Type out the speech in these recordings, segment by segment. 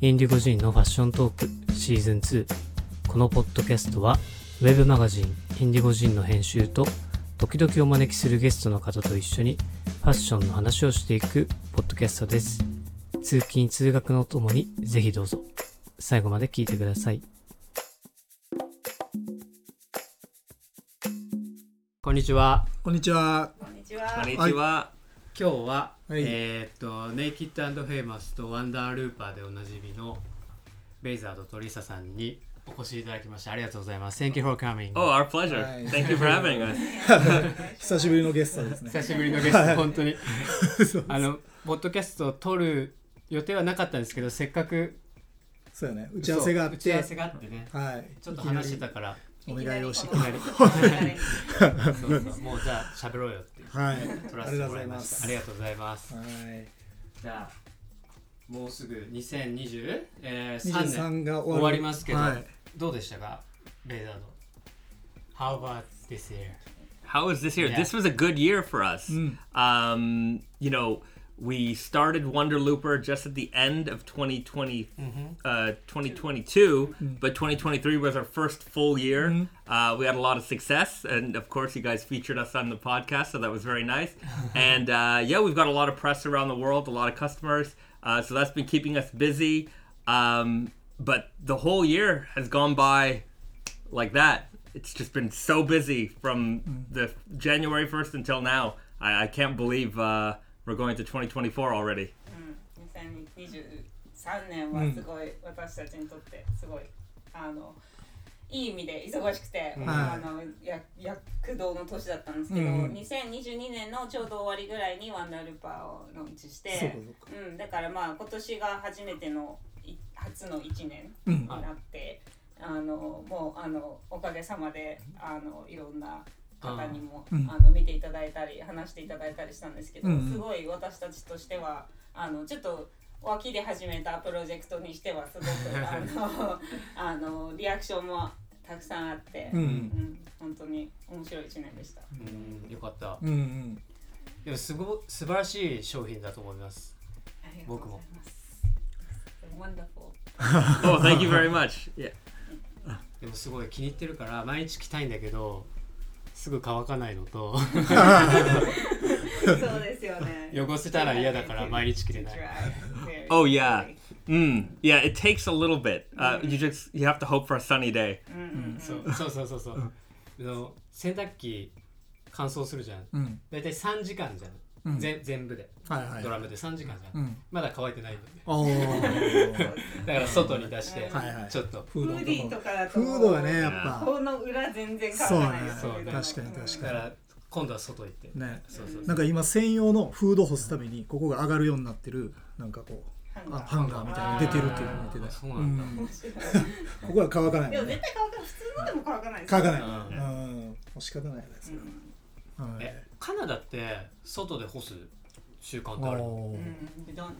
インディゴ人のファッショントークシーズン2このポッドキャストはウェブマガジンインディゴ人の編集と時々お招きするゲストの方と一緒にファッションの話をしていくポッドキャストです通勤通学のともにぜひどうぞ最後まで聞いてくださいこんにちはこんにちは。こんにちはこん。にちは。今日は、はいえーっとネイキッドフェイマスとワンダールーパーでおなじみのベイザードとリサさんにお越しいただきましてありがとうございます Thank you for coming Oh, our pleasure. Hi. Thank you for having us. 久しぶりのゲストですね。久しぶりのゲスト本 当にあのポッドキャストを撮る予定はなかったんですけどせっかくそうよね。打ち合わせがあっ打ち合わて、せがあってねはい。ちょっと話してたからお願いをしていき、なりこの そうそうもうじゃあ喋ろうよってはい。撮あらりせてがともうらございいまましす。たありがとうございますはい。じゃあもうすぐ2023、えー23 3年が終わ終わりますけど、はい。どうでしたかベイザード How about this year? How was this year? Yeah. This was a good year for us. Mm. Um, you know, we started Wonder Looper just at the end of 2020, uh, 2022, but 2023 was our first full year. Uh, we had a lot of success, and of course, you guys featured us on the podcast, so that was very nice. and uh, yeah, we've got a lot of press around the world, a lot of customers, uh, so that's been keeping us busy. Um, but the whole year has gone by like that. It's just been so busy from the January 1st until now. I, I can't believe uh, we're going to 2024 already. 2023年はすごい私たちにとってすごいあのいい意味で忙しくて、んあのや躍動の年だったんですけど、うん2022年のちょうど終わりぐらいにワンダールーパーをローンチしてそうかそうか。うん、だからまあ今年が初めてのい初の1年うんになって、あのもうあのおかげさまであのいろんな方にもうんあの見ていただいたり話していただいたりしたんですけど、うんうんすごい私たちとしてはあのちょっと脇で始めたプロジェクトにしてはすごくあのあのリアクションもたくさんあって、うん本当に面白い1年でした。うんよかったうんうん。でもすご素晴らしい商品だと思いますありがとう僕ござもいます。Wonderful. oh, thank you very much. Yeah. でもすごい気に入ってるから毎日着たいんだけどすぐ乾かないのと そうですよね。汚せたら嫌だ から毎日着れない Right. Oh, yeah. Mm. Yeah, it takes a little bit. Uh, You just you have to hope for a sunny day. うんうんそうそうそうそうそうあの洗濯機乾燥するじゃんうん。大体3時間じゃ、うんんぜん、全部ではいはい。ドラムで3時間じゃん、うん。まだ乾いてないんだよねおー。だから外に出してはいはいちょっとフフーディーととか。かだとフードがね、やっぱ。この裏全然そう乾かなないんでや。すそうね確かにだ確かから今度は外行って、に。ね。そうそうそなうんか今専用のフード干すためにここが上がるようになってるなんかこうハンガあーハンガーみたいなの出てるっていうのを見てあたそうなんだうん 面白いここは乾かないでももんね絶対乾かない普通のでも乾かないです乾かないうんうんもう仕方ないですうよんはいえカナダって外で干す習慣ってあるのおうーん We don't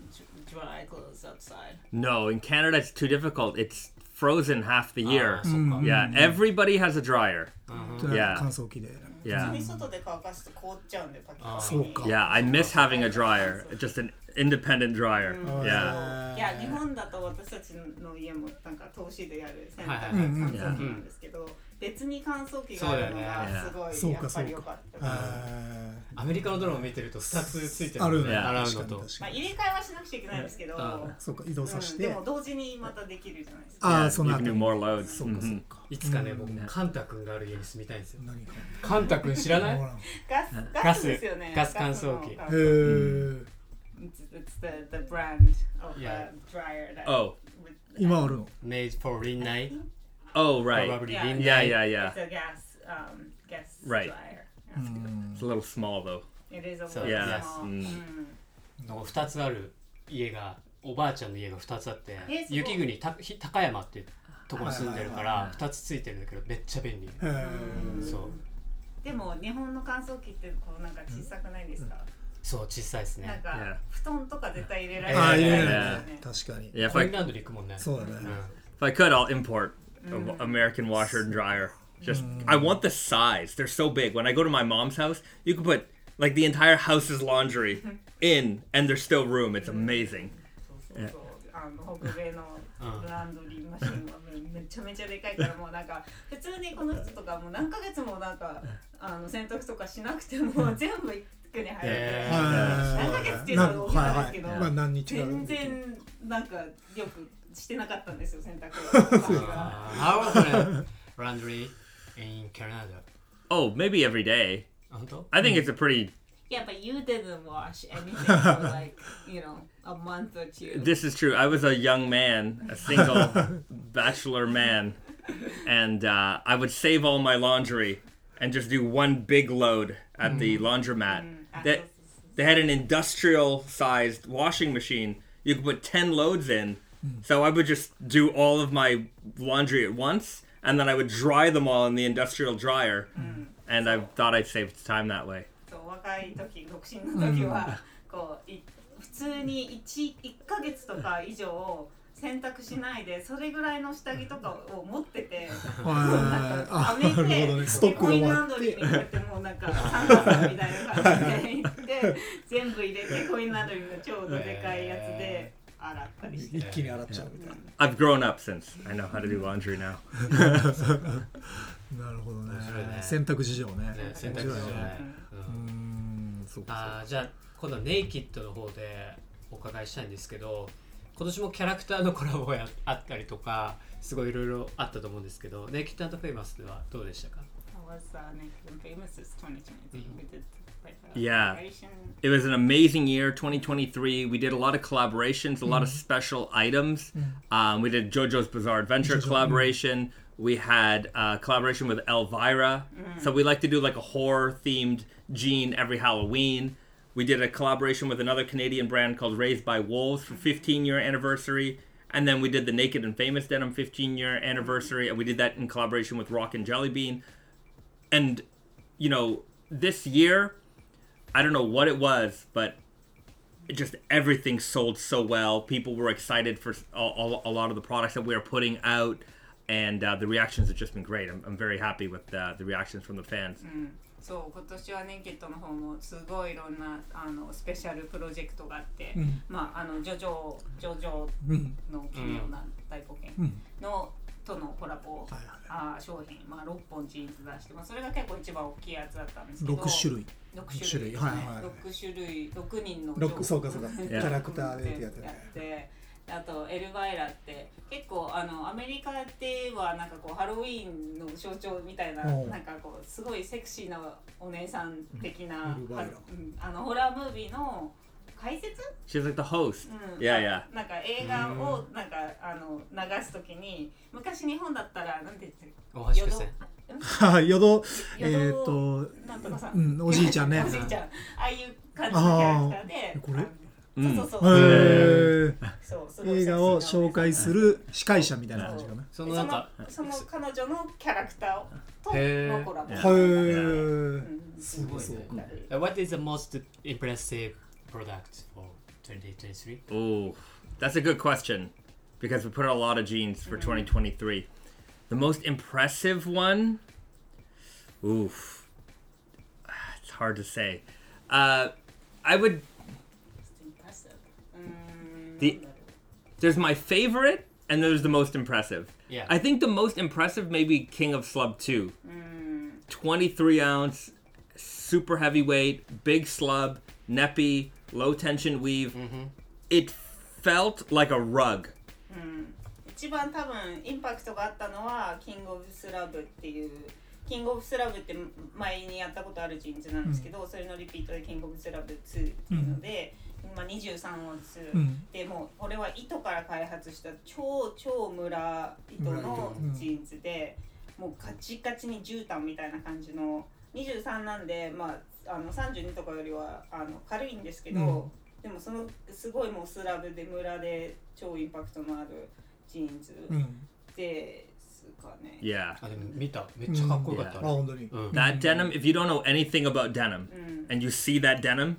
dry clothes outside No, in Canada it's too difficult. It's frozen half the year. あーそっか、 yeah, everybody has a dryer. うんじゃあ Yeah. 乾燥機で Yeah. 外で乾かすと凍っちゃうんでパキパキそうか Yeah, I miss having a dryer. Just an independent dryer. Yeah. いや日本だと私たちの家もなんか投資でやる洗はい濯はい乾燥機なんですけど別に乾燥機があるのがすそごういだよねやっぱり良かったですあアメリカのドラマ見てると2つついてーあるるねね洗う確のかにと確まかあに入れ替えはしなくちゃいけないんですけどうんそうか移動さうせんでても同時にまたできるじゃないですかあ Yeah, あその you あ can do と more loads. そうかそう Mhm. かいつかね僕うんカンタ君がある家に住みたいんですよ何かカンタ君知らないほらへガスガスですよねガス乾燥機ガスのえ It's, it's the, the brand of Yeah. the dryer that Oh, with, 今あるの Made for midnight oh, right. Probably Yeah. midnight Yeah, yeah, yeah. it's a gas um, gas Right. dryer. うん It's a little small though. It is a So, little yeah. small. Mm. 2つある家がおばあちゃんの家が2つあってえすごい雪国たひ高山っていうところに住んでるかはいはいらはい2つついてるんだけどめっちゃ便利へうんえそうでも日本の乾燥機ってこうなんか小さくないですか？そう小さいですなんねか、 Yeah. 布団とか絶対入れられああない入でれすないよねね。確かに Yeah, if コイ I ンランドリー行くもんねそうだねん If I could, I'll import a w American washer and dryer. Just I want the size. They're so big. When I go to my mom's house, you can put like the entire house's laundry in, and there's still room. It's amazing. そうそうそうあの北米のランドリーマシンはめめちゃめちゃでかいからもうなんか普通にこの人とかもう何ヶ月もなんかあの洗濯とかしなくても全部一区に入って、ーはい何ヶ月っていうのが大きなんですけど、まあ何日かある全んで然なんかよくしてなかったんですよ洗濯 が。 Uh, how often laundry in Canada? Oh, maybe every day. 本当 I think it's a pretty. Yeah, but you didn't wash anything for like, you know, a month or two. This is true. I was a young man, a single bachelor man, and uh, I would save all my laundry and just do one big load at the laundromat. That they had an industrial sized washing machine. You could put 10 loads in. So I would just do all of my laundry at once and then I would dry them all in the industrial dryer. And I thought I saved time that way. そう若い時独身の時は、こうい普通に 1, 一ヶ月とか以上洗濯しないでそれぐらいの下着とかを持っててはいああめ なるほどてねストックが終コインラわンっドリーてにこうやってもうなんかサンダさんみたいな感じで行って全部入れてコインランドリーのちょうどでかいやつで洗ったりして。一気に洗っちゃうみたい I've grown up since I know how to do laundry now. ななるほどね面白いね洗濯事情ねね洗濯機じゃない。うんうーんそうかあーじゃあ今度はネイキッドの方でお伺いしたいんですけど今年もキャラクターのコラボがあったりとかすごいいろいろあったと思うんですけどネイキッドフェイマスではどうでしたか That was uh, Naked and Famous is 2023. We did like a Yeah. celebration. It was an amazing year, 2023. We did a lot of collaborations, a lot of special items. Um, we did JoJo's Bizarre Adventure collaboration. We had uh, collaboration with Elvira. So we like to do like a horror themed gene every Halloween. We did a collaboration with another Canadian brand called Raised by Wolves for 15 year anniversary. And then we did the Naked and Famous Denim 15 year anniversary. And we did that in collaboration with Rock and Jelly Bean. And, you know, this year, I don't know what it was, but it just everything sold so well. People were excited for s- a, a- a lot of the products that we are putting out, and uh, the reactions have just been great. I'm, I'm very happy with uh, the reactions from the fans. そう今年はネイキッドの方もすごいいろんなあのスペシャルプロジェクトがあって、んまああのジョジョジョジョうんの奇妙な大冒険うんの、とのコラボ、はいはいあー商品まあ六本ジーンズ出して、まあそれが結構一番大きいやつだったんですけど、六種類六種六種類類はいはい六種類六人の六そうかそうか キキャラクターでってやつねあとエルバイラって結構あのアメリカではなんかこうハロウィーンの象徴みたいなおうなんかこうすごいセクシーなお姉さん的なうんエルバイラうんあのホラームービーの解説 She's like the host. うん Yeah, yeah. なんか映画をなんかあの流すときに昔日本だったらなんて言ってる大橋くせん 淀はいよどえ淀ーっとなんとかさんうんおじいちゃんね おじいちゃんああいう感じのキャラクターであーこれあのそうそうそう、へそうすーごい映画を紹介する司会者みたいなそ感うじかなそのなんかそのその彼女のキャラクターへとーのコラボへはいうんすごいね Uh, What is the most impressive product for 2023? Oh, that's a good question because we put out a lot of jeans for 2023. The most impressive one? Oof. It's hard to say. Uh, I would. The- there's my favorite and there's the most impressive. Yeah. I think the most impressive may be King of Slub 2. 23 ounce, super heavyweight, big slub, neppy, low tension weave. It felt like a rug. 一番多分インパクトがあったのは「キング・オブ・スラブ」っていう「キング・オブ・スラブ」って前にやったことあるジーンズなんですけど、それのリピートで「キング・オブ・スラブ2」っていうので、まあ、23オンス、うんでもうこれは糸から開発した超超村糸のジーンズで、もうカチカチに絨毯みたいな感じの23なんで、まあ、あの32とかよりはあの軽いんですけど、うんでもそのすごいもうスラブで村で超インパクトのあるジーンズうんですかね。 Yeah. あでも見ためっちゃかっこよかっあた、あれ本当にうん That denim, if you don't know anything about denim うん、 and you see that denim,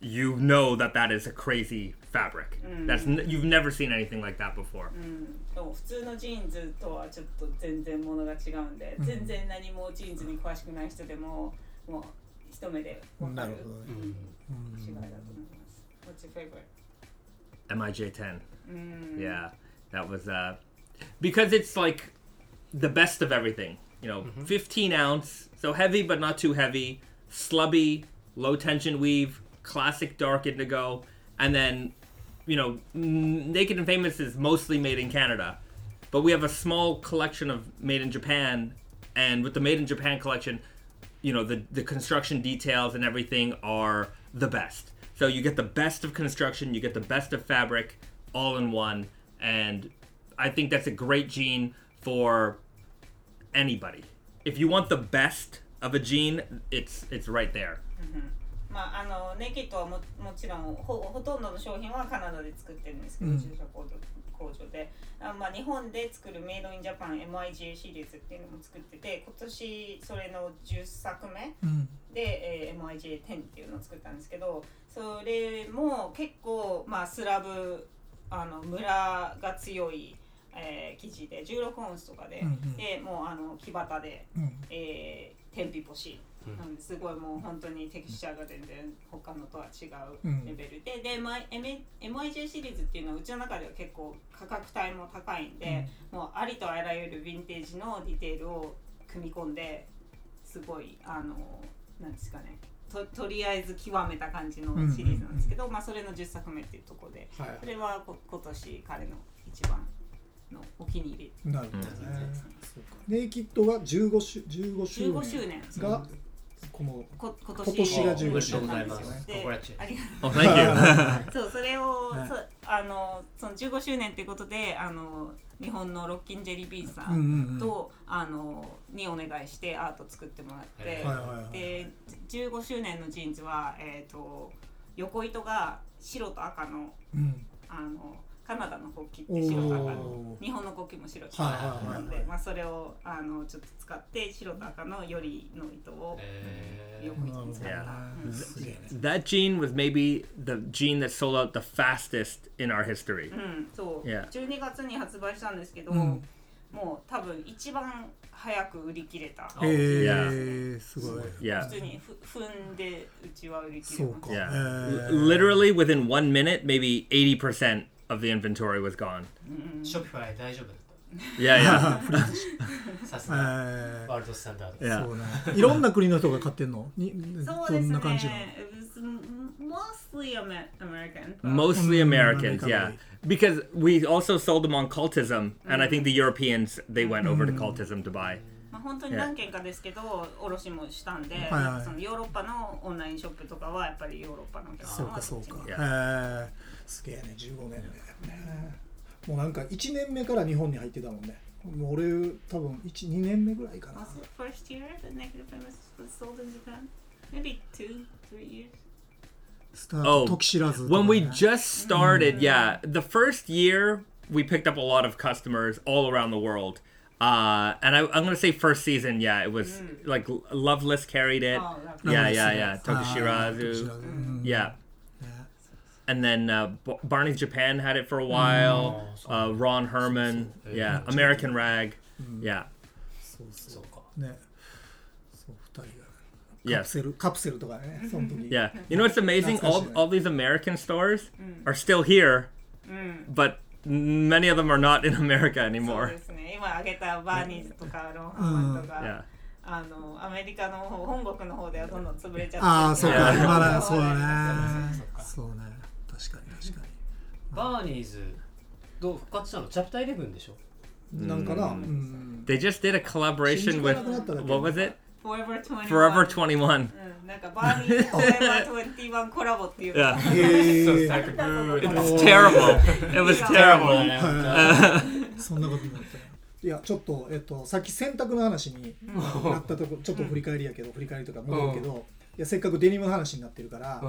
you know that that is a crazy fabric. That's n- you've never seen anything like that before. うんでも普通のジーンズとはちょっと全然ものが違うんで、全然何もジーンズに詳しくない人でももう一目で分かなるるほどね違いだと思います。What's your favorite? MIJ10. Yeah, that was uh, because it's like the best of everything. You know, 15 ounce, so heavy but not too heavy, slubby, low tension weave, classic dark indigo, and then you know, n- Naked and Famous is mostly made in Canada, but we have a small collection of made in Japan, and with the made in Japan collection, you know the the construction details and everything are the best. So you get the best of construction, you get the best of fabric, all in one, and I think that's a great gene for anybody. If you want the best of a gene, it's it's right there. まあ、あのネキットはももちろんほほとんどの商品はカナダで作ってるんですけど、うん自動車工場工場であ、まあ、日本で作るメイドインジャパン MIG シリーズっていうのも作ってて今年それの10作目うんで、えー MIG10 っていうのを作ったんですけどそれも結構、まあ、スラブあの村が強い、えー生地で16オンスとかで、うんうんでもうあの木端で。うんえー、天日干し、なんですごいもう本当にテクスチャーが全然他のとは違うレベルで、で、MI M- MIJ シリーズっていうのはうちの中では結構価格帯も高いんで、もうありとあらゆるヴィンテージのディテールを組み込んですごいあのなんですかねととりあえず極めた感じのシリーズなんですけど、まあ、それの10作目っていうところで、はいそれはこ今年彼の一番のお気に入りなるほどっていうやねつなんです。ネイキッドが15周 ,15 周15年周年がこのこ今今年が15周年おめでとうございまおめでとうございますすでコングラッチュありがと Oh, thank う you. そうそれを、はいそうあのその15周年ということであの日本のロッキンジェリービーンさうんんうんうんはと、あのにお願いしてアート作ってもらって、はいいはいはいで15周年のジーンズは、えー、と横糸が白と赤のうんあのカナダの国旗っおてー白と赤はいの日本の国旗も白と赤はいなはんいで、まあ、それをあのちょっと使って白と赤のよりの糸をえー横糸に使った。なるほどねうんすげえね that gene was maybe the gene that sold out the fastest in our history. うん、そう、 Yeah. 12月に発売したんですけど、うんもう多分一番早く売り切れたあへえすごい Yeah. 普通にふ踏んでうちは売り切それうまかした Yeah. えー L- Literally within one minute, maybe 80% of the inventory was gone. ショピファイ大丈夫だっ Yeah, yeah. たさすえがーワールドスタンダード yeah. そうねいろんな国の人が買ってんのにそうどですんねな感じなの It was m- mostly Amer- American but- Mostly Mm, Americans, yeah. American. Because we also sold them on cultism, and I think the Mm. Europeans, they went over to cultism to buy. まあ、本当に何件かですけど卸しもしたんで、はいなんかそのヨーロッパのオンラインショップとかはやっぱりヨーロッパのお客さそうんはかそこうっちにかいへやえすげえね15年でねもうなんか1年目から日本に入ってたもんねもう俺多分12年目ぐらいかな Was it first year that Negative Famous was sold in Japan? Maybe two, three years? スタート Oh, 時知らずとかね When we Mm. just started, yeah, the first year we picked up a lot of customers all around the world. Uh, and I, I'm gonna say first season, yeah, it was Mm. like L- Loveless carried it. Oh, lovely. yeah, yeah, Loveless, yeah. yes. あー Tokushirazu. 時知らずうん Yeah. Yeah. And then uh, B- Barney's Japan had it for a Mm. while. uh, Ron Herman, yeah, American Rag, yeah, そうそそうかうねそう二人がカ yeah, プセルカプセルとかねその時 yeah. You know what's amazing? That's Mm. All fascinating. all these American stores are still here, but many of them are not in America そう anymore. ですね今挙げたバーニーズとかロンハーマンとか、 Yeah, あのアメリカの方本国の方ではどんどん潰れちゃってああそうかいやまだそうだ ねそうかそうね確かに確かバーニーズどう復活したのチャプター11でしょになんかなうん they just did a collaboration with what was it? フォーエバー21 Forever Twenty One. うん、なんかバー ニーズフォーエバー21コラボっていうのが Yeah, へそうえサイクブー it's terrible. It was terrible. ねそんなことになったよいやちょっと、えっと、さっき洗濯の話になったとこちょっと振り返りやけど、振り返りとか戻るけど、いやせっかくデニムの話になってるから、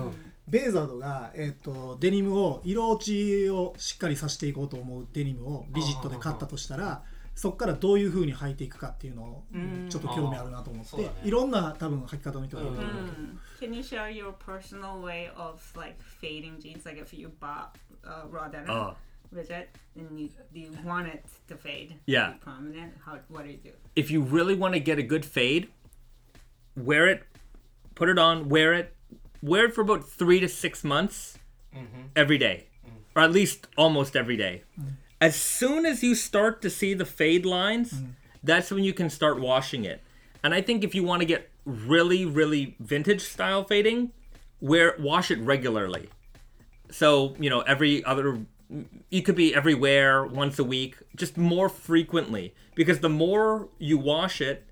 ベーザードが、えっと、デニムを色落ちをしっかりさせていこうと思うデニムをビジットで買ったとしたらそこからどういうふうに履いていくかっていうのをうんちょっと興味あるなと思っそうて、だねいろんな多分履き方の人がいるとう思う、ん Can you share your personal way of like fading jeans? Like if you bought a raw denim Oh. with it and you, do you want it to fade? Yeah. Be prominent? How, what do you do? if you really want to get a good fade, wear it, put it on, wear it, wear it for about three to six months every day. or at least almost every day. As soon as you start to see the fade lines, that's when you can start washing it. And I think if you want to get really, really vintage style fading, wear wash it regularly. So you know every other, you could be everywhere once a week, just more frequently. Because the more you wash it,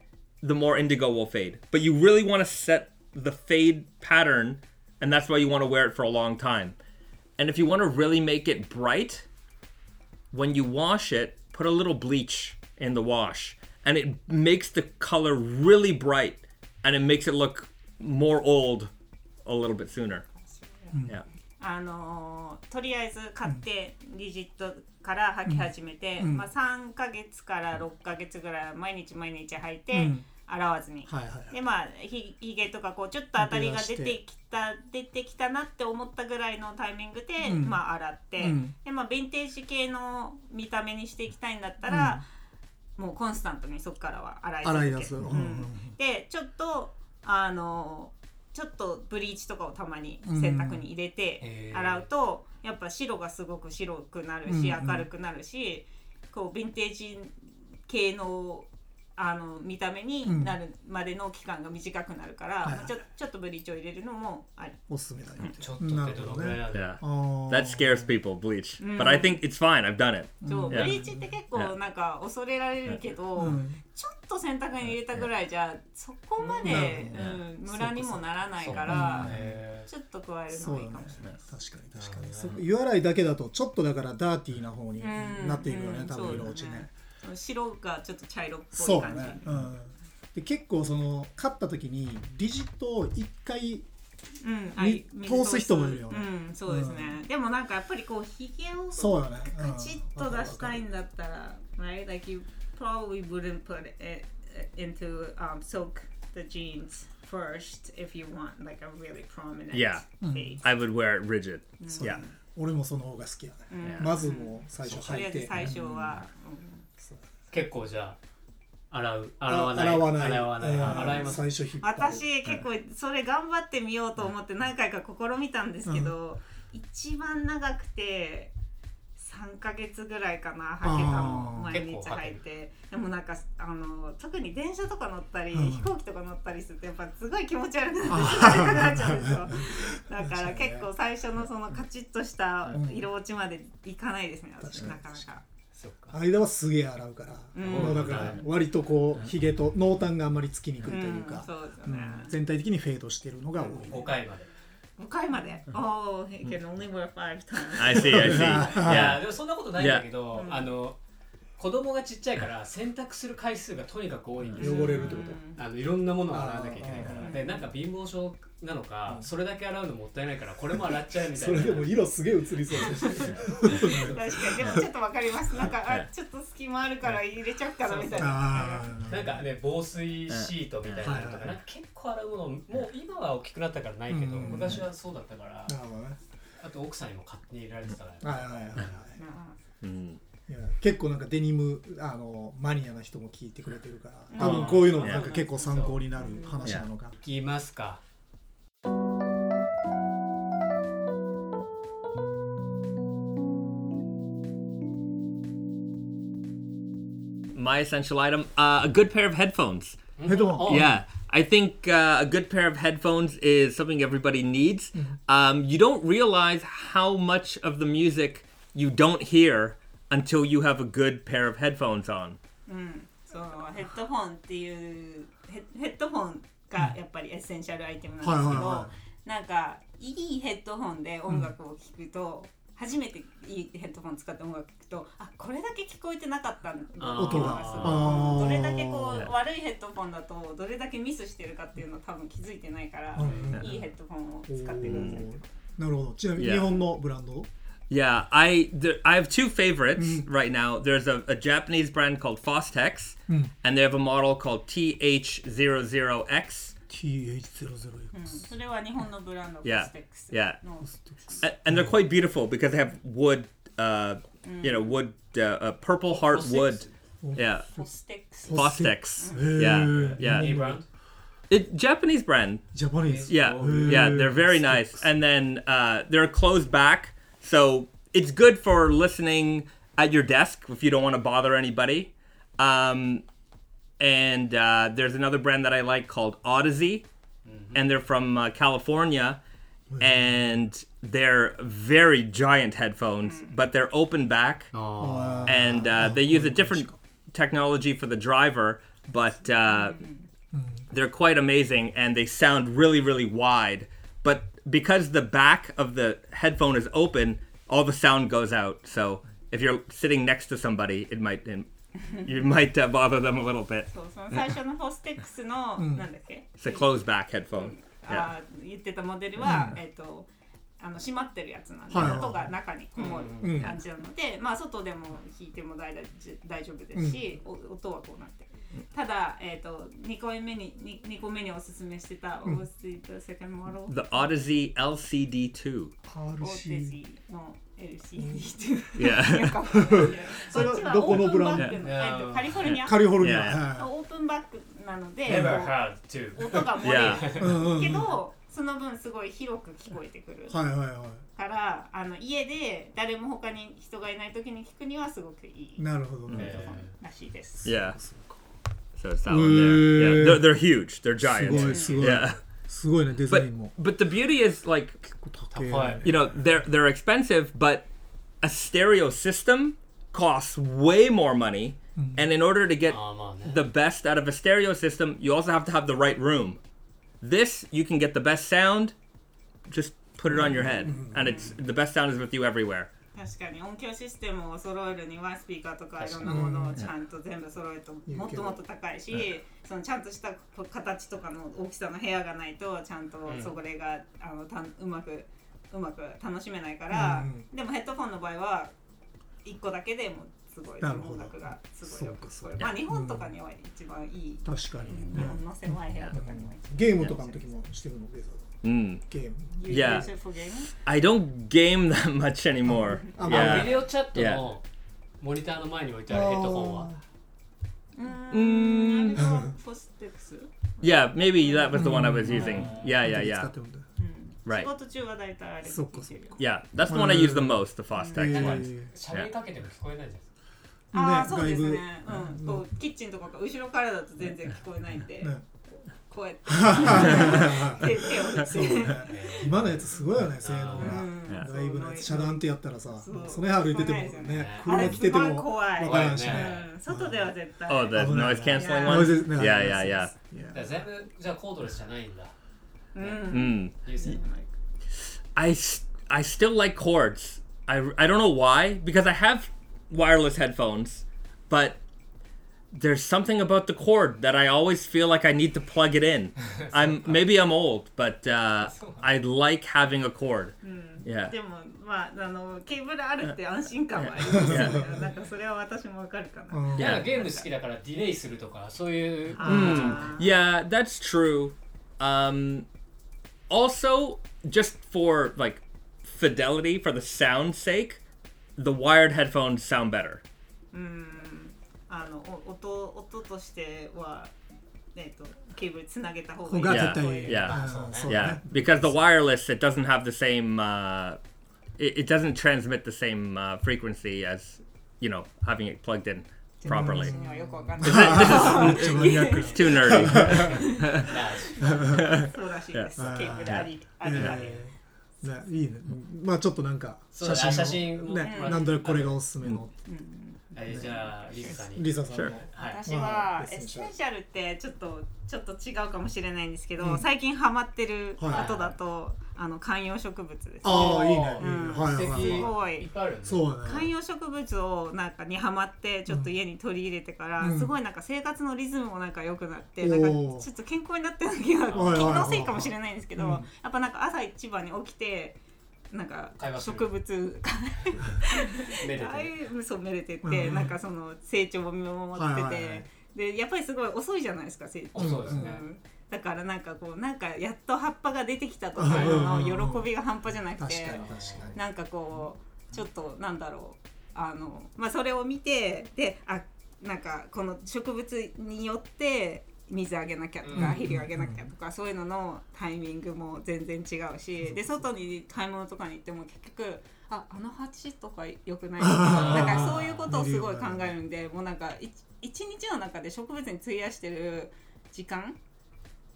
the more indigo will fade. But you really want to set the fade pattern, and that's why you want to wear it for a long time. And if you want to really make it bright, when you wash it, put a little bleach in the wash, and it makes the color really bright, and it makes it look more old a little bit sooner. Yeah. あのーとりあえず買ってリジットから履き始めて、まあ、3ヶ月から6ヶ月ぐらい毎日毎日履いて、うん洗わずに、はいはいでまあひひげとかこうちょっと当たりが出てきた出てきたなって思ったぐらいのタイミングで、うんまあ洗って、うんでまあヴィンテージ系の見た目にしていきたいんだったら、もうコンスタントにそこからは洗い続洗けいる出す、うんうんでちょっとあのちょっとブリーチとかをたまに洗濯に入れてうん洗うと、やっぱ白がすごく白くなるし、うんうん明るくなるしこうヴィンテージ系のあの見た目になるまでの期間が短くなるから、はいまあちょちょっとブリーチを入れるのもあり。おすすめだよちょっとってどのぐらいある Yeah. あー That scares people, bleach. But I think it's fine. I've done it. そうブいやリーチって結構なんか恐れられるけど、うんちょっと洗濯に入れたぐらいじゃそこまで、うん、ムラにもならないからえちょっと加えるのそうもいだいかねもしれない。確かに確かにそ湯洗いだけだとちょっとだからダーティーな方になっていくよね、うん多そ分う色だね落ちね白がちょっと茶色っぽそいうだ感じ。ね、うん、で結構その勝った時にリジットを一回うんみ通す人もいるよねうん、そうですね。でもなんかやっぱりこうひげをそうだね、うん、カチッと出したいんだったら、right? Like you probably wouldn't put it into um, soak the jeans first if you want like a really prominent Yeah. fade. I would wear it rigid. Yeah. 俺もその方が好きやね、うんまずもう最初とり履あえいてず最初は、ー結構じゃあ洗う洗あわない洗わない洗わない、うん洗います最初引っ張る私結構それ頑張ってみようと思って何回か試みたんですけど、一番長くて3ヶ月ぐらいかな履けたのあー毎日結構履履けいるてでもなんかあの特に電車とか乗ったり、うん飛行機とか乗ったりするとやっぱすごい気持ち悪くなって疲れたくなっちゃうんですよだから結構最初のそのカチッとした色落ちまでいかないですね私うんなかなか。そっか間はすげえ洗うから、うんもうだから割とこうひげと濃淡があんまりつきにくいといううんか、そうですようんね、全体的にフェードしてるのが多い、五回まで5回まで、Oh, he can only wear five times. I see. I see. い Yeah. やでもそんなことないんだけど、あの子供がちっちゃいから洗濯する回数がとにかく多いんですよ汚れるってことあのいろんなものを洗わなきゃいけないからあでなんか貧乏症なのかそれだけ洗うのもったいないからこれも洗っちゃえみたそいなれでも色すげえ映りそうですね確かにでもちょっとわかりますなんかあちょっと隙間あるから入れちゃおうかなみたいなあーなんかね防水シートみたいなのとはかいなんか結構洗うものもう今は大きくなったからないけどうん昔はそうだったからなるほどねあと奥さんにも勝手に入れられてたからはいはいはいはい Mm. いや結構なんかデニムあのマニアな人も聞いてくれてるから多あ分ーこういうのもなんか結構参考になる話なのかいきますか My essential item: uh, a good pair of headphones. ヘッドホン Yeah, I think uh, a good pair of headphones is something everybody needs. Um, you don't realize how much of the music you don't hear until you have a good pair of headphones on. そのヘッドホンっていうヘッヘッドホンがやっぱりエッセンシャルアイテムなんですけど、はいはいはなんかいいヘッドホンで音楽を聴くと、初めていいヘッドホン使って音楽聴くとあこれだけ聞こえてなかったんだっていうの音ががすあごーいどれだけこう悪いヘッドホンだとどれだけミスしてるかっていうのは多分気づいてないから、うんいいヘッドホンを使おってください。ーなるほどちなみに Yeah. 日本のブランド Yeah, I there, I have two favorites right now. There's a, a Japanese brand called Fostex, and they have a model called TH00X. TH00X それは日本のブランドコ Yeah, ステックス yeah. の A- And they're quite beautiful because they have wood, uh, you know, wood, uh, uh, purple heart wood. Yeah, コステックス Fostex. Fostex. Yeah, A yeah. ブラン It Japanese brand. ジャパニーズ Yeah, yeah, they're very nice. And then uh, they're closed back, so it's good for listening at your desk if you don't want to bother anybody. Um, and uh, there's another brand that I like called Odyssey, and they're from uh, California, and they're very giant headphones, but they're open back, and uh, they use a different technology for the driver, but uh, they're quite amazing, and they sound really, really wide. But because the back of the headphone is open, all the sound goes out. So if you're sitting next to somebody, it might you might uh, bother them a little bit. そうその最初のホステックスの、なんだっけ It's a closed back headphone. Uh, あー言ってたモデルは、えっ、とあの閉まってるやつなんで、はいはい音が中にこもる感じなので、まあ外でも弾いても大大丈夫ですし、お音はこうなってる。ただ、えっ、と二個目に二二個目におすすめしてたオーストリートセカンドモロー The Odyssey LCD2. オーテ RC ジの LCD っていう。 Yeah. そっちはどこのブランドオープンバックのえっとカリフォルニアカリフォルニア Yeah. はオープンバックなので、 Never heard to こう音が漏れ る Yeah. いうんうんうんけど、その分すごい広く聞こえてくる。はいはいはからあの家で誰も他に人がいない時に聞くにはすごくいいいなるほどねえらしいです。 Yeah. So it's that one there. Yeah. They're, they're huge. They're すごい giant. すごい Yeah. すごいねデザイ But ンも but the beauty is like 高い高い you know they're they're expensive, but a stereo system costs way more money. And in order to get ああまあね。 the best out of a stereo system, you also have to have the right room. This, you can get the best sound, just put it on your head. And it's the best sound is with you everywhere. 確かに音響システムを揃えるにはスピーカーとかいろんなものをちゃんと全部揃えるともっともっと高いしそのちゃんとした形とかの大きさの部屋がないとちゃんとそれが、あのたうまくうまく楽しめないから、でもヘッドフォンの場合は1個だけでもすごいなるほど音楽がすごいよく聞こえそうる。まあ日本とかには一番いい、確かにねあの狭い部屋とかには一番いいゲームとかの時もしてるのデザード Mm. ゲーム You Yeah. use it for gaming? I don't game that much anymore. ああのビ Yeah. デオチャット Yeah. のモニターの前に置いてあるヘッドホンは。うん。ポステックス。 Yeah, maybe that was the one I was using. Yeah, あ yeah, ー使 yeah. ってるんだ Right. 仕事中は大体あれ。そっかそっか Yeah, that's the one I use the most, the Fostex え one. ー喋りかけても聞こえないじああ、そうねです外ね。うん。こうキッチンとかが後ろからだと全然聞こえないんでね。こうやって。手手を振って。今のやつすごいよね性能うんがライブのやつ遮断ってやったらさそうその辺歩いててもそうねあ車れ来てすてごいも怖い。わからんし怖いねねうん外では絶対。 Oh, the 危ない noise canceling Yeah. Noise- yeah, one? Yeah, yeah, yeah, yeah. ゃん。だから全部じゃあコードレスじゃないんだ。うん。 Mm. 有線のマイク I, s- I still like cords. I, I don't know why, because I have wireless headphones, but there's something about the cord that I always feel like I need to plug it in. I'm maybe I'm old, but uh, I like having a cord. Yeah. でもまああのケーブルあるって安心感はありますよね Yeah.。なんかそれは私もわかるかうな。んいやゲーム好きだからディレイするとかそういう。あ Hmm. Yeah, that's true. Um, also, just for like fidelity, for the sound's sake, the wired headphones sound better. あのお音音としてはえっとケーブルつなげた方ここががいい。絶対いい Yeah. うんそう Yeah, ね because the wireless it doesn't have the same uh, it, it doesn't transmit the same uh, frequency as you know having it plugged in 私 properly. にはよくわかんない。 It's too nerdy. そうらしいです。Yeah. ケーブルあり、ありあり。えーねいいねまあちょっとなんかそうだ写真を写真もねうんなんとなくこれがおすすめのえじゃあリスさんに。リサさんの Sure. はい。私まあは別エッにじセゃあンシャルってちょっとちょっと違うかもしれないんですけど、最近ハマってるこはいとだとあの観葉植物です。ああいいねいいねうんはい素はいはい敵すごいっい。ぱいあるんだ。そうだ観ね葉植物をなんかにハマってちょっと家に取り入れてから、うんすごいなんか生活のリズムもなんか良くなって、おなーんかちょっと健康になってる気が気はいはいはいのせいかもしれないんですけど、うんやっぱなんか朝一番に起きてなんか会話する植物めでああてる。いうそうめでてて、うんなんかその成長を見守ってて、はいはいはいでやっぱりすごい遅いじゃないですか成長、そうですね。うんだからなんかこうなんかやっと葉っぱが出てきたとかいうのの喜びが半端じゃなく確かてに確かになんかこうちょっとなんだろうあのまあそれを見てであなんかこの植物によって水あげなきゃとか肥料あげなきゃとかそういうののタイミングも全然違うしで外に買い物とかに行っても結局ああの鉢とか良くないとかだからそういうことをすごい考えるんでもうなんかい一日の中で植物に費やしてる時間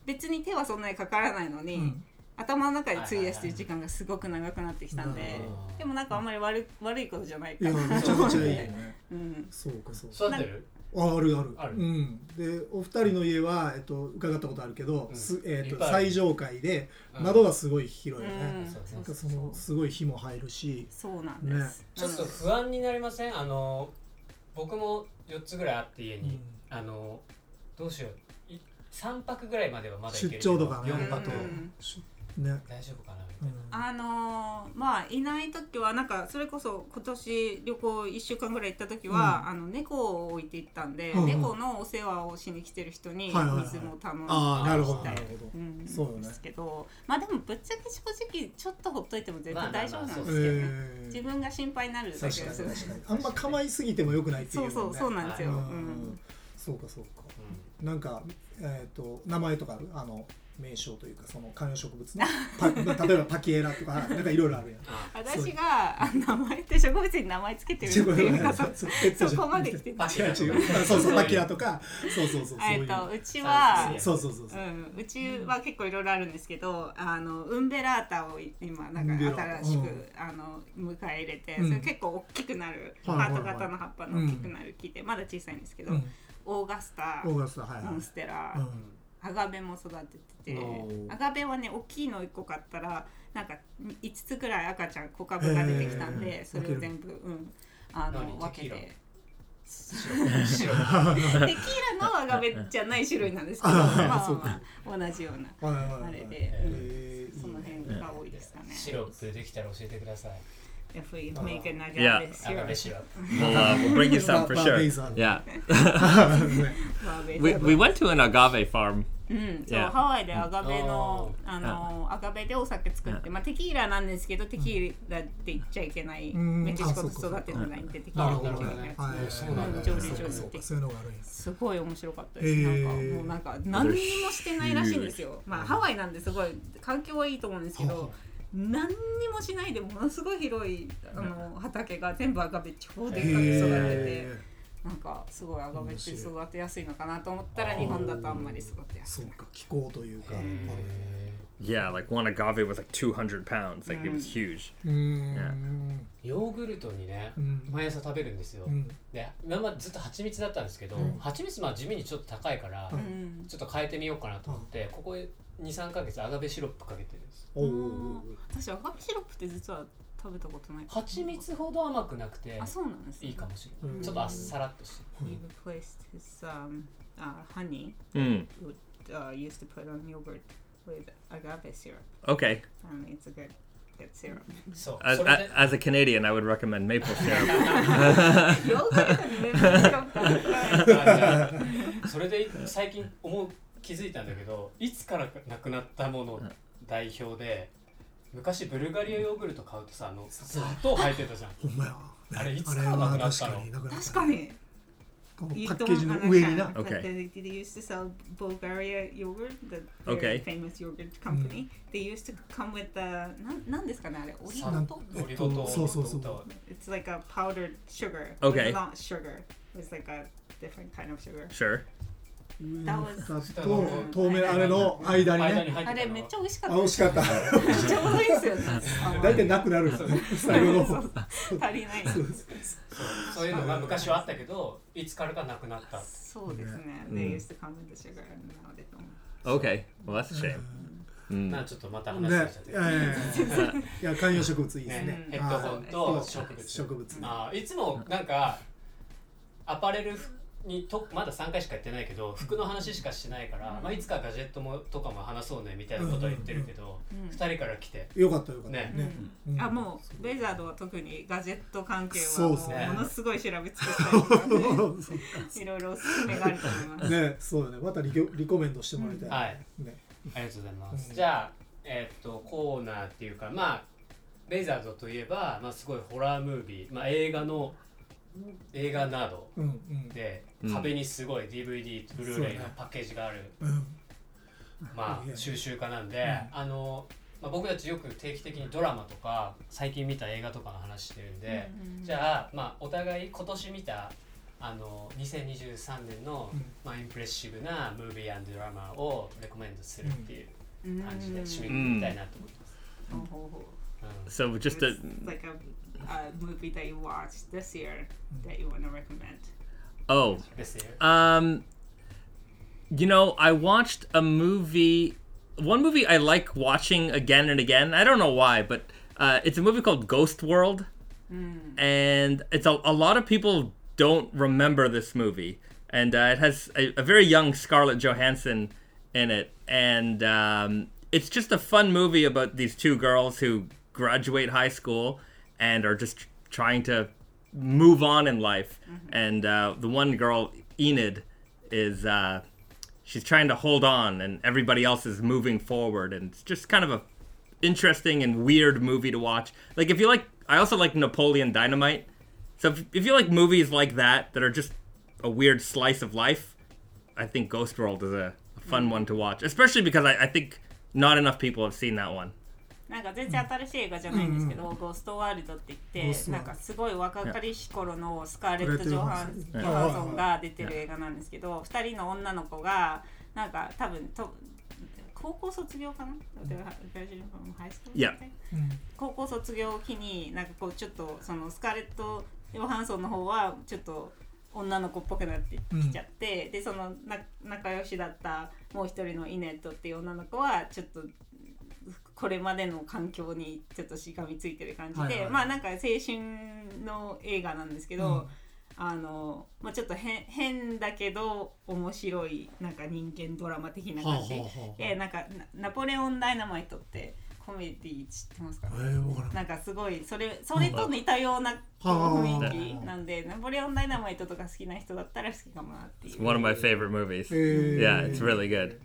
別に手はそんなにかからないのに、うん頭の中で費やしてる時間がすごく長くなってきたんで、でもなんかあんまり悪い悪いことじゃないいかやなめちゃくちゃいいよねうん、そうかそうか育ってるああるあるあるうん、でお二人の家は、えっと、伺ったことあるけど、うんすえっいっとぱいある最上階でうん窓がすごい広いようね、んそうなんそかうそのすごい火も入るしそうなんです、ちょっとなので不安になりませんあの僕も4つぐらいあって家に、うんあのどうしようい3泊ぐらいまではまだいける出張とかね4泊とうんしね、大丈夫かなみたういんな、あのーまあいない時はなんかそれこそ今年旅行1週間ぐらい行った時は、あの猫を置いて行ったんで、うんうん猫のお世話をしに来てる人にはいはいはい水も頼んで。ああなるほどあなるほどうんそうよねですけどまあでもぶっちゃけ正直ちょっとほっといても全然大丈夫なんですけどね、え自ー、分が心配になるだけです確かに確かにあんま構いすぎてもよくないっていうそもうんねそうそうなんですよ、ううんん、そうかそうかうんなんか、えっと名前とかあるあの名称というかその観葉植物の パ例えばパキエラとかなんかいろいろあるやん私があ名前って植物に名前つけてるって違ういうか違うそこまで来てたパ違う 違うそうそうパキラとかそうそうそうそうえいっうとうちはとそうそうそうそううん、うちは結構いろいろあるんですけど、あのウンベラータを今なウンんベラーかタ新しく、うんあの迎え入れて、うんそれ結構大きくなる、はいはいハはいート型の葉っぱの大きくなる木で、まだ小さいんですけど、うんオーガスタオーガスタはいはモンステラ、いアガベも育ててておーアガベはね大きいの1個買ったらなんか5つくらい赤ちゃん子株が出てきたんで、へーそれを全部、うん、あの何分テけキーラて。白テキーラのアガベじゃない種類なんですけど、 あまーあまあそうかまあ同じようなはいはいはいあはいれで、えうんえーその辺が多いですかね。シロップできたら教えてください If we make an Yeah. agave アガベ syrup, シロップ We'll, uh, we'll bring you some for Bar- sure. Barbados. Yeah. agave We, we syrup. went to an agave farm. うん、そう Yeah. ハワイでアガベのうあのアガベでお酒作って、まあテキーラなんですけどテキーラって言っちゃいけない、うんメキシコであそうか育ててないんでテキなるーほどラねだけのやつ。はいうんそうなんだそうか上手上手そういうのがあるんですすごい面白かったです、へーなんかもうなんか何にもしてないらしいんですよまあハワイなんですごい環境はいいと思うんですけど何にもしないでものすごい広いあの畑が全部アガベ超でかく育ててへなんかすごいアガベって育てやすいのかなと思ったら日本だとあんまり育てやーすそいうか気候というか Yeah, like one agave was like 200 pounds. Like it was huge. うーんヨーグルトにね、うん毎朝食べるんですよ、うんで今までずっと蜂蜜だったんですけど、うん蜂蜜まあ地味にちょっと高いから、うんうんちょっと変えてみようかなと思って、ここ23ヶ月アガベシロップかけてるんですおー私アガベシロップって実は食べたことない蜂蜜ほど甘くなくてあそうなんですねいいかもしれない、うんちょっとあっさらっとして He replaced his um, uh, honey Mm. would uh, used to put on yogurt with agave syrup Okay. and it's a good good syrup そう、 As, それで a- as a Canadian, I would recommend maple syrup. ヨーグルトにメンマシロップあるあじゃ あそれで最近思う気づいたんだけどいつからかなくなったもの代表で昔ブルガリアヨーグルト買うとさあの砂糖入ってた じゃんほんまやあれいつあかれらなくはなっ確たかのになくなっ確たかにこのパ You ッ don't ケージの上にな understand. Like, Okay. They, they used to sell Bulgaria yogurt, the very Okay. famous yogurt company. They used to come with the なんなんですかねあれオリゴ砂糖オリゴ糖そうそうそうオリゴ糖 It's like a powdered sugar. Okay. It's not sugar. It's like a different kind of sugar. Sure. 上にだわ二つとうん透明あれの間に間に入っねてたのあれめっちゃ美味しかっあた美で味しす。かっためっちゃ美味しいですよね。大体なくなる最後の方足りない。そういうのが昔はあったけどいつからかなくなったそうですね。They used to come with the sugar and now they don't. Okay. Well, that's a shame. なんかちょっとまた話しねちゃっ、て、えー、いや観葉植物いいですねねヘッドホンと植物植物あーいつもなんかアパレルにとまだ3回しかやってないけど服の話しかしてないから、まあ、いつかガジェットもとかも話そうねみたいなことは言ってるけど、二ん2人から来てよかったよかったねうんあもうベザードは特にガジェット関係はそうもですねうものすごい調べ尽くしたりとかね いろいろおすすめがあると思います。 ねそうよねまたリコリコメンドしてもらいたい、はいねありがとうございます、うんじゃあえーっとコーナーっていうかまあベイザードといえば、まあ、すごいホラームービー、まあ、映画の映画などうんうんでうん壁にすごい DVD ブルーレイのパッケージがある、うんまあ収集家なんで、あの、まあ、僕たちよく定期的にドラマとか最近見た映画とかの話してるんで、じゃあ、まあ、お互い今年見たあの2023年の、うんまあ、インプレッシブなムービードラマをレコメンドするっていううん感じで締めくくりたいなと思ってます。ほうほうほう Hmm. So just a, It's like a, a movie that you watched this year that you want to recommend. oh, うんですね。 um, you know, I watched a movie. One movie I like watching again and again. I don't know why, but uh, it's a movie called Ghost World, and it's a, a lot of people don't remember this movie, and uh, it has a, a very young Scarlett Johansson in it, and um, it's just a fun movie about these two girls who graduate high school and are just trying to move on in life. And uh, the one girl, Enid, is uh, she's trying to hold on, and everybody else is moving forward. And it's just kind of a interesting and weird movie to watch. Like if you like, I also like Napoleon Dynamite. So if, if you like movies like that that are just a weird slice of life, I think Ghost World is a, a fun one to watch, especially because I, I think not enough people have seen that one. なんか全然新しい映画じゃないんですけど、ゴーストワールドって言ゴーっスてトワーなんルドかすごい若かりし頃のスカーレット・ジョハンうんジョハンソンが出てる映画なんですけど2人の女の子がなんか多分と高校卒業かな Yeah. 高校卒業を機になんかこうちょっとそのスカーレット・ヨハンソンの方はちょっと女の子っぽくなってきちゃって、でそのな仲良しだったもう一人のイネットっていう女の子はちょっとこれまでの環境にちょっとしがみついてる感じで、はいはいまあなんか青春の映画なんですけど、あの、まあ、ちょっと変変だけど面白いなんか人間ドラマ的な感じ、ほうほうほうほうでなんかナナポレオン・ダイナマイトってコメディ知ってますか、えーわからんなんかすごいそれそれと似たようなはあ雰囲気なんでナポレオン・ダイナマイトとか好きな人だったら好きかもなっていう One of my favorite movies. えー Yeah, it's really good. なるほどね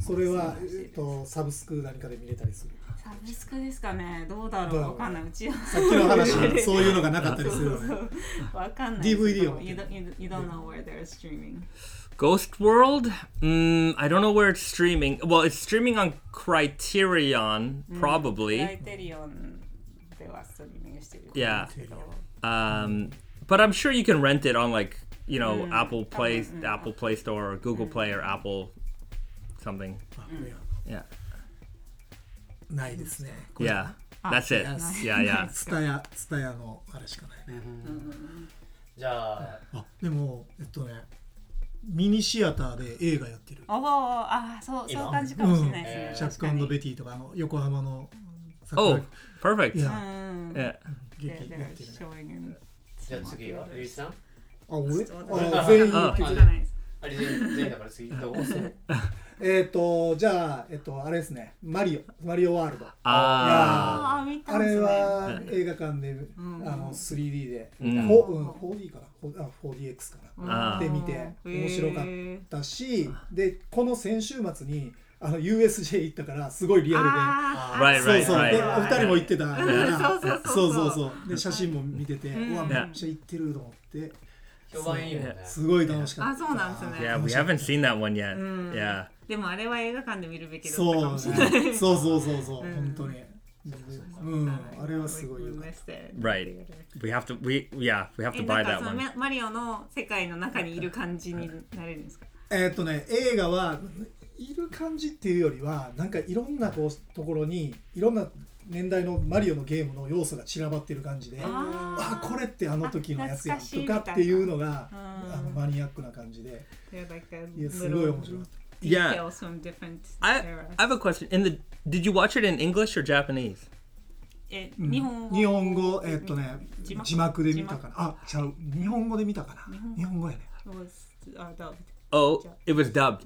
それは、えっと、サブスク何かで見れたりす るサブスクですかねどうだどろうだうろうわかんないうちはさっきの話そそうういうのがなかったりすそるよねうそうわかんない DVD を持って you don't, you don't- you don't know where they're streaming Ghost World? Mm, I don't know where it's streaming. Well, it's streaming on Criterion, ク probably. ライテリオンではストリーミングしてる Yeah. けど Um, but I'm sure you can rent it on like you know Apple Play, Apple Play Store, or Google Play, or Apple something. あいや Yeah, ないですね yeah, that's it. yes. Yeah, yeah. ツタヤツタヤのあれしかないねじゃあ、あでもえっとねミニシアターで映画やってるおおあーそうそう今いう感じかもしれないですジね、ャ確ッかにクベティとかあの横浜の桜 Oh, perfect. い Yeah. やうん劇やっ They're- てる they're ね showing in じゃあ次は、ゆいさんあ俺ああ全員あ気気づづかかなないです。あれ全員だから次どうするえっとじゃあえっとあれですねマリオマリオワールド Ah, ああ、見たあんですれね。は映画館で、あの 3D で、んフォうん 4D かなフォあ 4DX かな、あーで見て面白かったしでこの先週末にあの USJ 行ったからすごいリアあ right, ルで right, そうそう、で right. お二人も行ってたからそうそそううそそううそうで写真も見てて、うわめっちゃ行ってると思って評判いいもんね。すごい楽しかったあそうなんですね Yeah, we haven't seen that one yet. Yeah. でもあれは映画館で見るべきだったかそうもしれない。ねそうそうそうそう、本当にうんあれはすごいよかった Right. We have to. We yeah. We have え to な buy んか that その one. ママリオの世界の中にいる感じになれるんですか。えーっとね映画はいる感じっていうよりはなんかいろんなこうところにいろんな年代のマリオのゲームの要素が散らばってる感じでああこれってあの時のやつやんあ懐とかしいかっていうのがうんあのマニアックな感じであ、いいやすごい面白かった。 Yeah. Details from different I eras. I have a question. In the did you watch it in English or Japanese? え、うん日本語。日本語えーっとね字幕字幕で見たかなあちゃう日本語で見たかな日本語やね It was- あだ Oh, it was dubbed.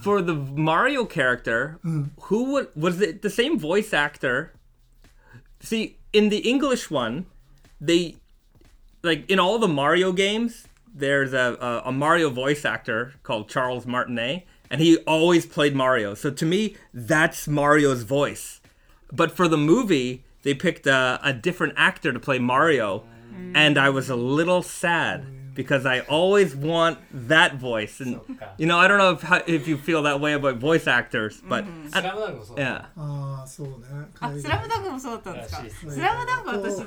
For the Mario character, who would was it the same voice actor? See, in the English one, they like in all the Mario games, there's a, a, a Mario voice actor called Charles Martinet, and he always played Mario. So to me, that's Mario's voice. But for the movie, they picked a, a different actor to play Mario, and I was a little sad because I always want that voice. And you know, I don't know if how, if you feel that way about voice actors, but スラムダンクもそう yeah. ああそうねあ、スラムダンクもそうだったんですか。らしいですねスラムダンク私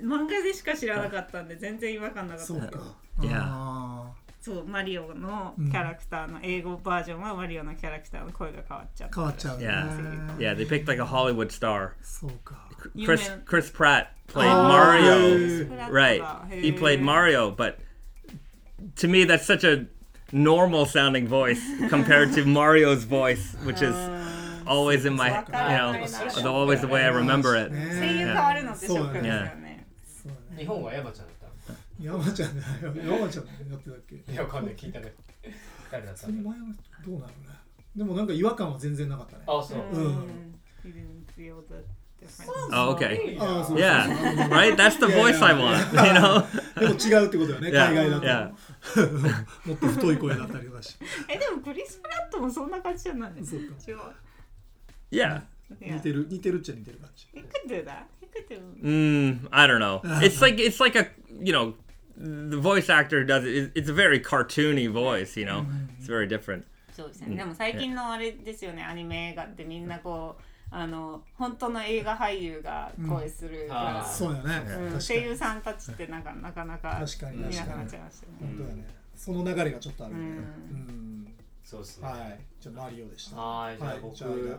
お漫画でしか知らなかったんで全然違和感なかったそんうですけど。かいやあそうマリオのキャラクターの英語バージョンはマリオのキャラクターの声が変わっちゃっーた。変わっちゃうね Yeah. Yeah, they picked like a Hollywood star. そうか Chris meant- Chris Pratt played Oh, Mario. yeah. Right. He played Mario, but to me that's such a normal sounding voice compared to Mario's voice, which is Uh, always in my you know the- always the way I remember it. 声優変ねわるのってショックですよね。そうね日本は山ちゃんだった山ちゃんね山ちゃんねやってたっけいやわかんない聞いたね誰だったそのんだ前はどうなのねでもなんか違和感は全然なかったねろうあそううんうん。You didn't feel the difference. Oh, okay. ああそうそう Yeah. Right? That's the Yeah, voice I yeah. want, you know? でも違うってことよね海外 Yeah. だ Yeah. と もっと太い声だったりとかしてえでもクリス・プラットもそんな感じじゃないですそかうか違う Yeah. 似てる似てるっちゃ似てる感じ He could do that. He could do- Mm, I don't know. It's like it's like a you know, the voice actor does it. It's a very cartoony voice, you know. It's very different. そうですねでも最近のあれですよねアニメ映画ってみんなこうあの本当の映画俳優が声するかあーそうだよねら、う確んかに声優さんたちってなんかなかなか確かに見な確くかなっにちゃいましたよね。本当だねその流れがちょっとあるよねううんそうですねはいじゃあマリオでしたはいじゃあはい僕じゃあ間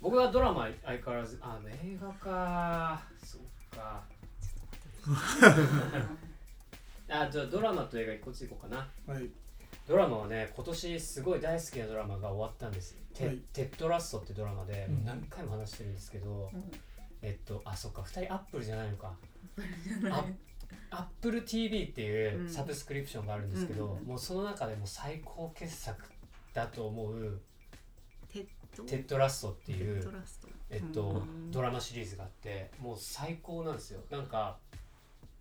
僕はドラマ相変わらずあ映画かそっか あじゃあドラマと映画こっち行こうかなはいドラマはね今年すごい大好きなドラマが終わったんですテ,、はいテッドラストってドラマでうん何回も話してるんですけど、んえっとあそっか2人アップルじゃないのかアアップル TV っていううんサブスクリプションがあるんですけど、もうその中でも最高傑作だと思うテッド「テッドラスト」っていうラスト。えっとうん、ドラマシリーズがあってもう最高なんですよなんか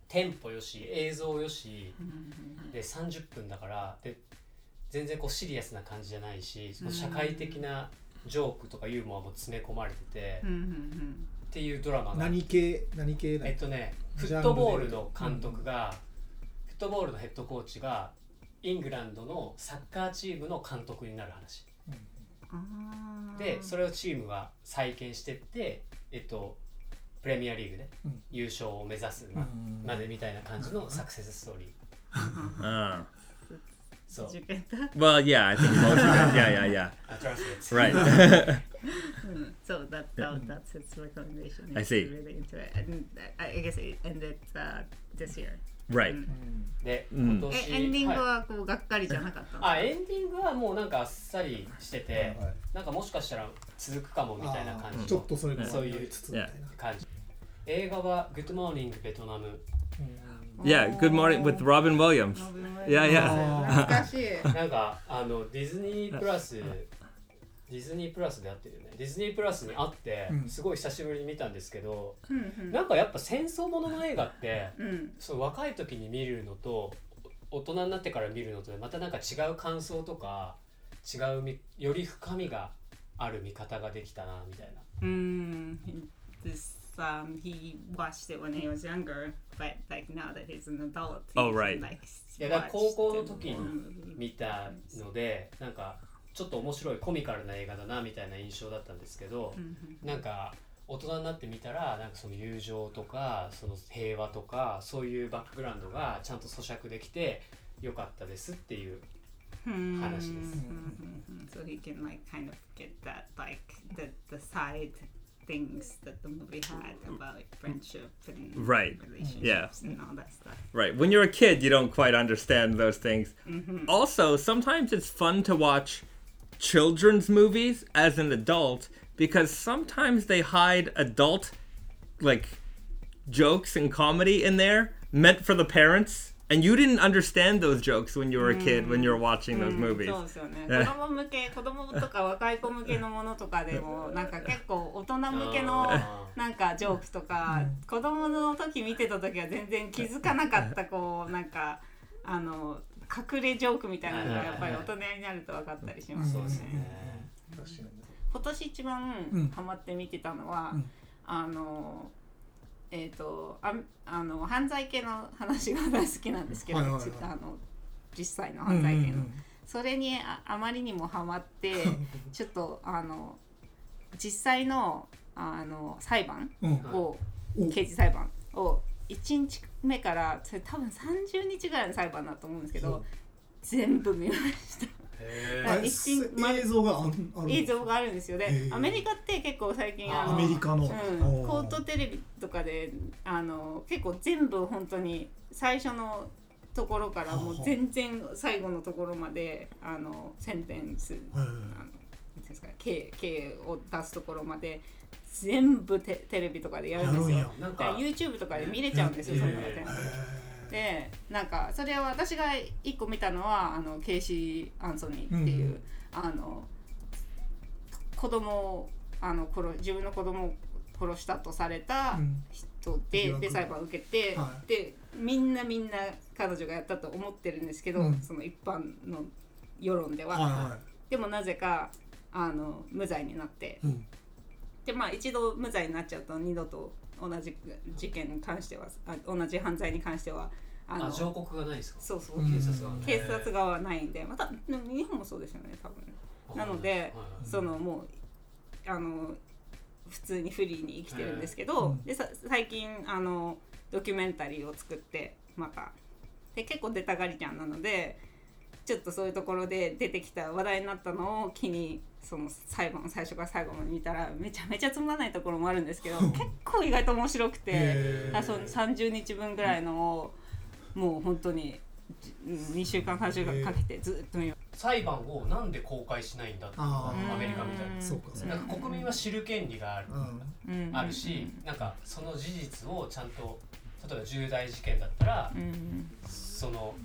テンポよし映像よしで30分だからで全然こうシリアスな感じじゃないしその社会的なジョークとかユーモアも詰め込まれててうんうんうんっていうドラマが何系何系だえよっとねフジャンルでットボールの監督がフットボールのヘッドコーチがイングランドのサッカーチームの監督になる話。あーでそれをチームが再建してって、えっと、プレミアリーグでうん優勝を目指すうまんまでみたいな感じのサクセスストーリー。 Uh, そうジペタ well, yeah, I think most of it. Yeah, yeah, yeah. あトランスレッツ Right. うん、そう、that that that's his recommendation. I see. He's Really into it. And I I guess it ended uh, this year. Right. でん今え年、エンディングはいはこうがっかりじゃなかったの。あエンディングはもうなんかあっさりしてて、いはいなんかもしかしたら続くかもみたいな感あーじちょのっとそういうのそういうやりつつみたいな感じ映画は「グッドモーニングベトナムうん Yeah. Good morning with Robin Williams. ノブの絵 Yeah, yeah. 懐かしい。」なんかあのディズニープラスディズニープラスで会ってるよねディズニープラスに会ってうんすごい久しぶりに見たんですけど、うんなんかやっぱ戦争ものの映画ってうんうんそう若い時に見るのとお大人になってから見るのとでまたなんか違う感想とか違うみより深みがある見方ができたなみたいな。 Mm, this um, he watched it when he was younger, but like now that he's an adult, he Oh, right. Like, Yeah, that watched 高校の the 時に movie. 見たのでなんかちょっと面白いコミカルな映画だなみたいな印象だったんですけど、なんか大人になってみたらなんかその友情とかその平和とかそういうバックグラウンドがちゃんと咀嚼できてよかったですっていう話です。 Mhm. So he can like kind of get that like the the side things that the movie had about like, friendship and Right. relationships and all that stuff. Right. When you're a kid, you don't quite understand those things. Also, sometimes it's fun to watch children's movies as an adult because sometimes they hide adult like jokes and comedy in there meant for the parents and you didn't understand those jokes when you were a kid when you were watching う those ん movies. そうですよね。子供向け、子供とか若い子向けのものとかでも、なんか結構大人向けのあなんかジョークとか、子供の時見てた時は全然気づかなかったこうなんかあの隠れジョークみたいなのがやっぱり大人になると分かったりしますそようですねね。確かに今年一番ハマって見てたのは、んあのええっ、とああの犯罪系の話が大好きなんですけど、はいはいはいちあの実際のうんう犯んう罪系の、んそれにああまりにもハマって ちょっとあの実際のあの裁判うんを、お刑事裁判を1日目からそれ多分30日ぐらいの裁判だと思うんですけほうど全部見ました。へはあい一瞬ま映像があんある映像があるんですよへねーアメリカって結構最近ああのアメリカの、うん、おコートテレビとかであの結構全部本当に最初のところからもう全然最後のところまであのセンテンスはいはいあのなんていうんですか刑刑を出すところまで全部テテレビとかでやはいるやんるでんすよ。やえなんだからか YouTube とかで見れちゃうんですよ、へそーんなのってへへ。ーでなんかそれは私が一個見たのはあのケイシー・アンソニーっていう、うんうんあの子供をあの殺自分の子供を殺したとされたうん人で,、うん疑惑で裁判を受けて、はでみんなみんな彼女がやったと思ってるんですけど、うんその一般の世論では、はいはでもなぜかあの無罪になってい、うんでまあ一度無罪になっちゃうと二度と同じ事件に関してはあ同じ犯罪に関してはあのあ上告がないですかそうそう、うん警察がね警察側はないんでまたでも日本もそうですよね多分ねなのではいはいそのもうあの普通にフリーに生きてるんですけど、うんでさ最近あのドキュメンタリーを作ってまたで結構出たがりちゃんなのでちょっとそういうところで出てきた話題になったのを機にその裁判最初から最後まで見たらめちゃめちゃつまらないところもあるんですけ ど結構意外と面白くて。へーあその30日分ぐらいのをもう本当にじうん2週間3週間かけてずっと見よ裁判をなんで公開しないんだっていうのがあーアメリカみたいなそうかそうなんか国民は知る権利があるうんうんあるしなんかその事実をちゃんと例えば重大事件だったらうんその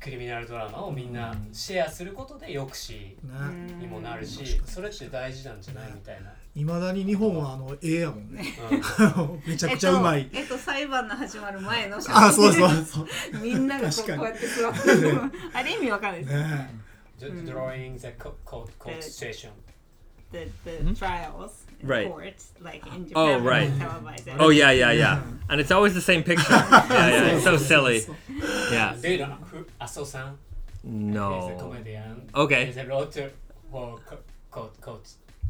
クリミナルドラマをみんなシェアすることで抑止うねんにもなるうんしそれって大事なんじゃないみたいな。いまだに日本はあの絵やもんねうん めちゃくちゃうまい、えっとえっと裁判の始まる前の写真あそうそう そうみんながこ確うかにこうやって座って るのあれ意味わかんないですね d drawing the co- co- court situation. The, the trials in Right. court like in Japan Oh, right. were televised. Oh yeah, yeah, yeah. And it's always the same picture. Yeah, yeah. It's so silly. Yeah. Do you know who Aso san is a No. comedian? Okay. He's a writer for co- court court.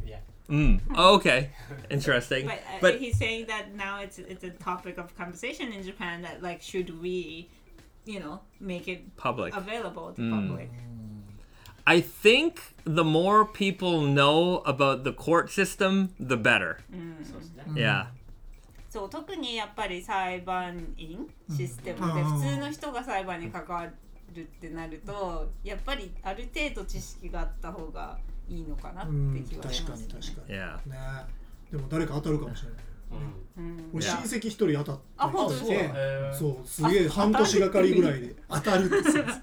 Yeah. Mm. Oh, okay. Interesting. But, uh, But he's saying that now it's it's a topic of conversation in Japan that like should we, you know, make it public. available to Mm. public. I think the more people know about the court system, the better. Mm. Mm. そうですね。 Yeah. そう特にやっぱり裁判員システムうでん普通の人が裁判に関わるってなるとやっぱりある程度知識があった方がいいのかなっうてん気確かはにし確まかす、ね、にね Yeah. でも誰か当たるかもしれないうんうん俺い親や戚一人当たったあ本当りですしてかへーそうすげえ半年がかりぐらいで当たるってさ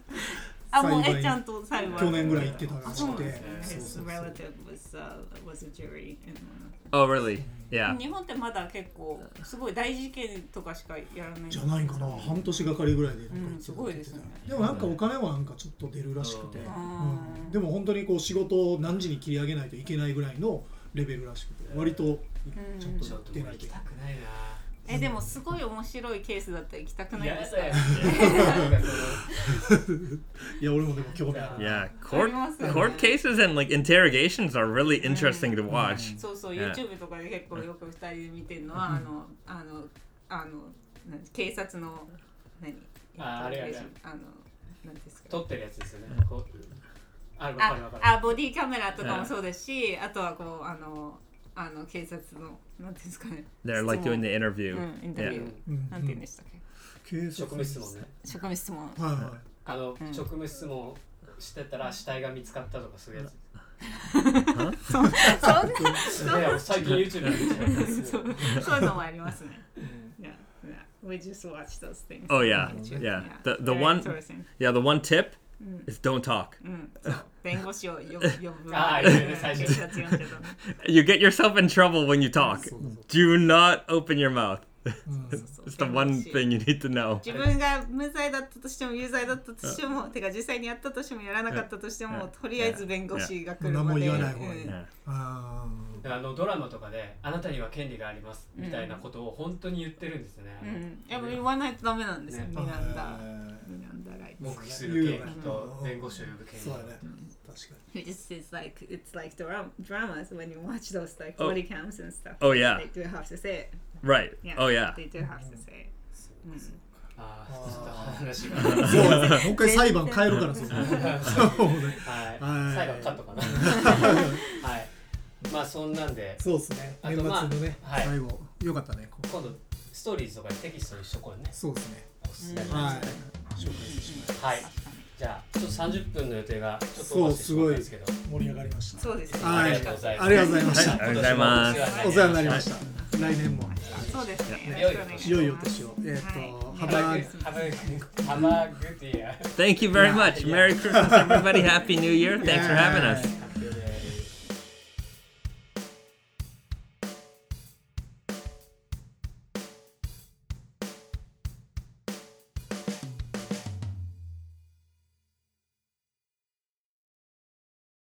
あも裁う判えちゃんと裁判去年ぐらい行ってたらあしそうなんくてですそうそうそね His う relative was,、was a jury in one Oh, really? Yeah. of- 日本ってまだ結構すごい大事件とかしかやらないじゃないかな半年がかりぐらいでなんかうんいつすもごやいってでたすねでもなんかお金はなんかちょっと出るらしくて、うんうんでも本当にこう仕事を何時に切り上げないといけないぐらいのレベルらしくて割とちゃんちょっとと出俺な行いきけたくないな。えでもすごい面白いケースだったら行きたくない嫌ですだかよ。いや俺もでも興味ある Yeah. Court Everyone's- court cases and like interrogations are really interesting to watch. そうそう、ね YouTube とかで結構よく二人で見てるのは、あのあのあのなん警察の何ああれやねあの何ですか撮ってるやつですよね。こうあ、わかるわあかる。あボディカメラとかもそうですし、あとはこうあのあの警察のなんていうんですかね They're like doing the う interview. んインタビュー、うんなんて言うんでしたっけ警職務質問ね。職務質問はいはいあの、ん職務質問してたら死体が見つかったとかそういうやつ。 そんいや、最近 YouTube で見てたやつなですそようそういうのもありますね yeah, yeah. We just watch those things Oh yeah. YouTube. Yeah. The the Very one interesting. yeah, the one tip is don't talk. うん、そう弁護士をよ呼ぶ。 あー言うね最初警察呼んでたの You get yourself in trouble when you talk. Do not open your mouth. うんそう It's the one thing you need to know. 自分が無罪だったとしても有罪だったとしても、てか実際にやったとしてもやらなかったとしてうんも、とりあえず弁護士が来る何まもで。言わない方がいい。うんうんあであのドラマとかで「あなたには権利があります」みたいなことを本当に言ってるんですね、うん、やっぱ言わないとダメなんですよ、ねミーランダ。えミランダライーツ。黙秘する権利と弁護士を呼ぶ権利そうだね。確か It just is like it's like drama dramas when you watch those like body cams and stuff. Oh, yeah. They do have to say. it. Right. Oh, yeah. They do have to say. it. あああーちょっと話が、に。そうだね。もう一回裁判変えるから、そこそうねははいい、最後はカットか なはいまあそんなんでそうですね。あ年と末まあのね、はい最後。よかったね。こう今度ストーリーズとかにテキストにしとこうねそうですね。おすすめは。はい紹介してしまいましい、じゃあちょっと30分の予定がちょっとオーバーしてしまったんですけどた。盛り上がりました。そうですね。はいありがとうございますありがとうございました。はいありがとおうございます世話になりました。来年も。そうですね。いやろしくお願しますいよいよ年を。えっと、はい幅。幅幅グッディア Thank you very Yeah. much. Merry Christmas, everybody. Happy New Year. Thanks for having us. Yeah.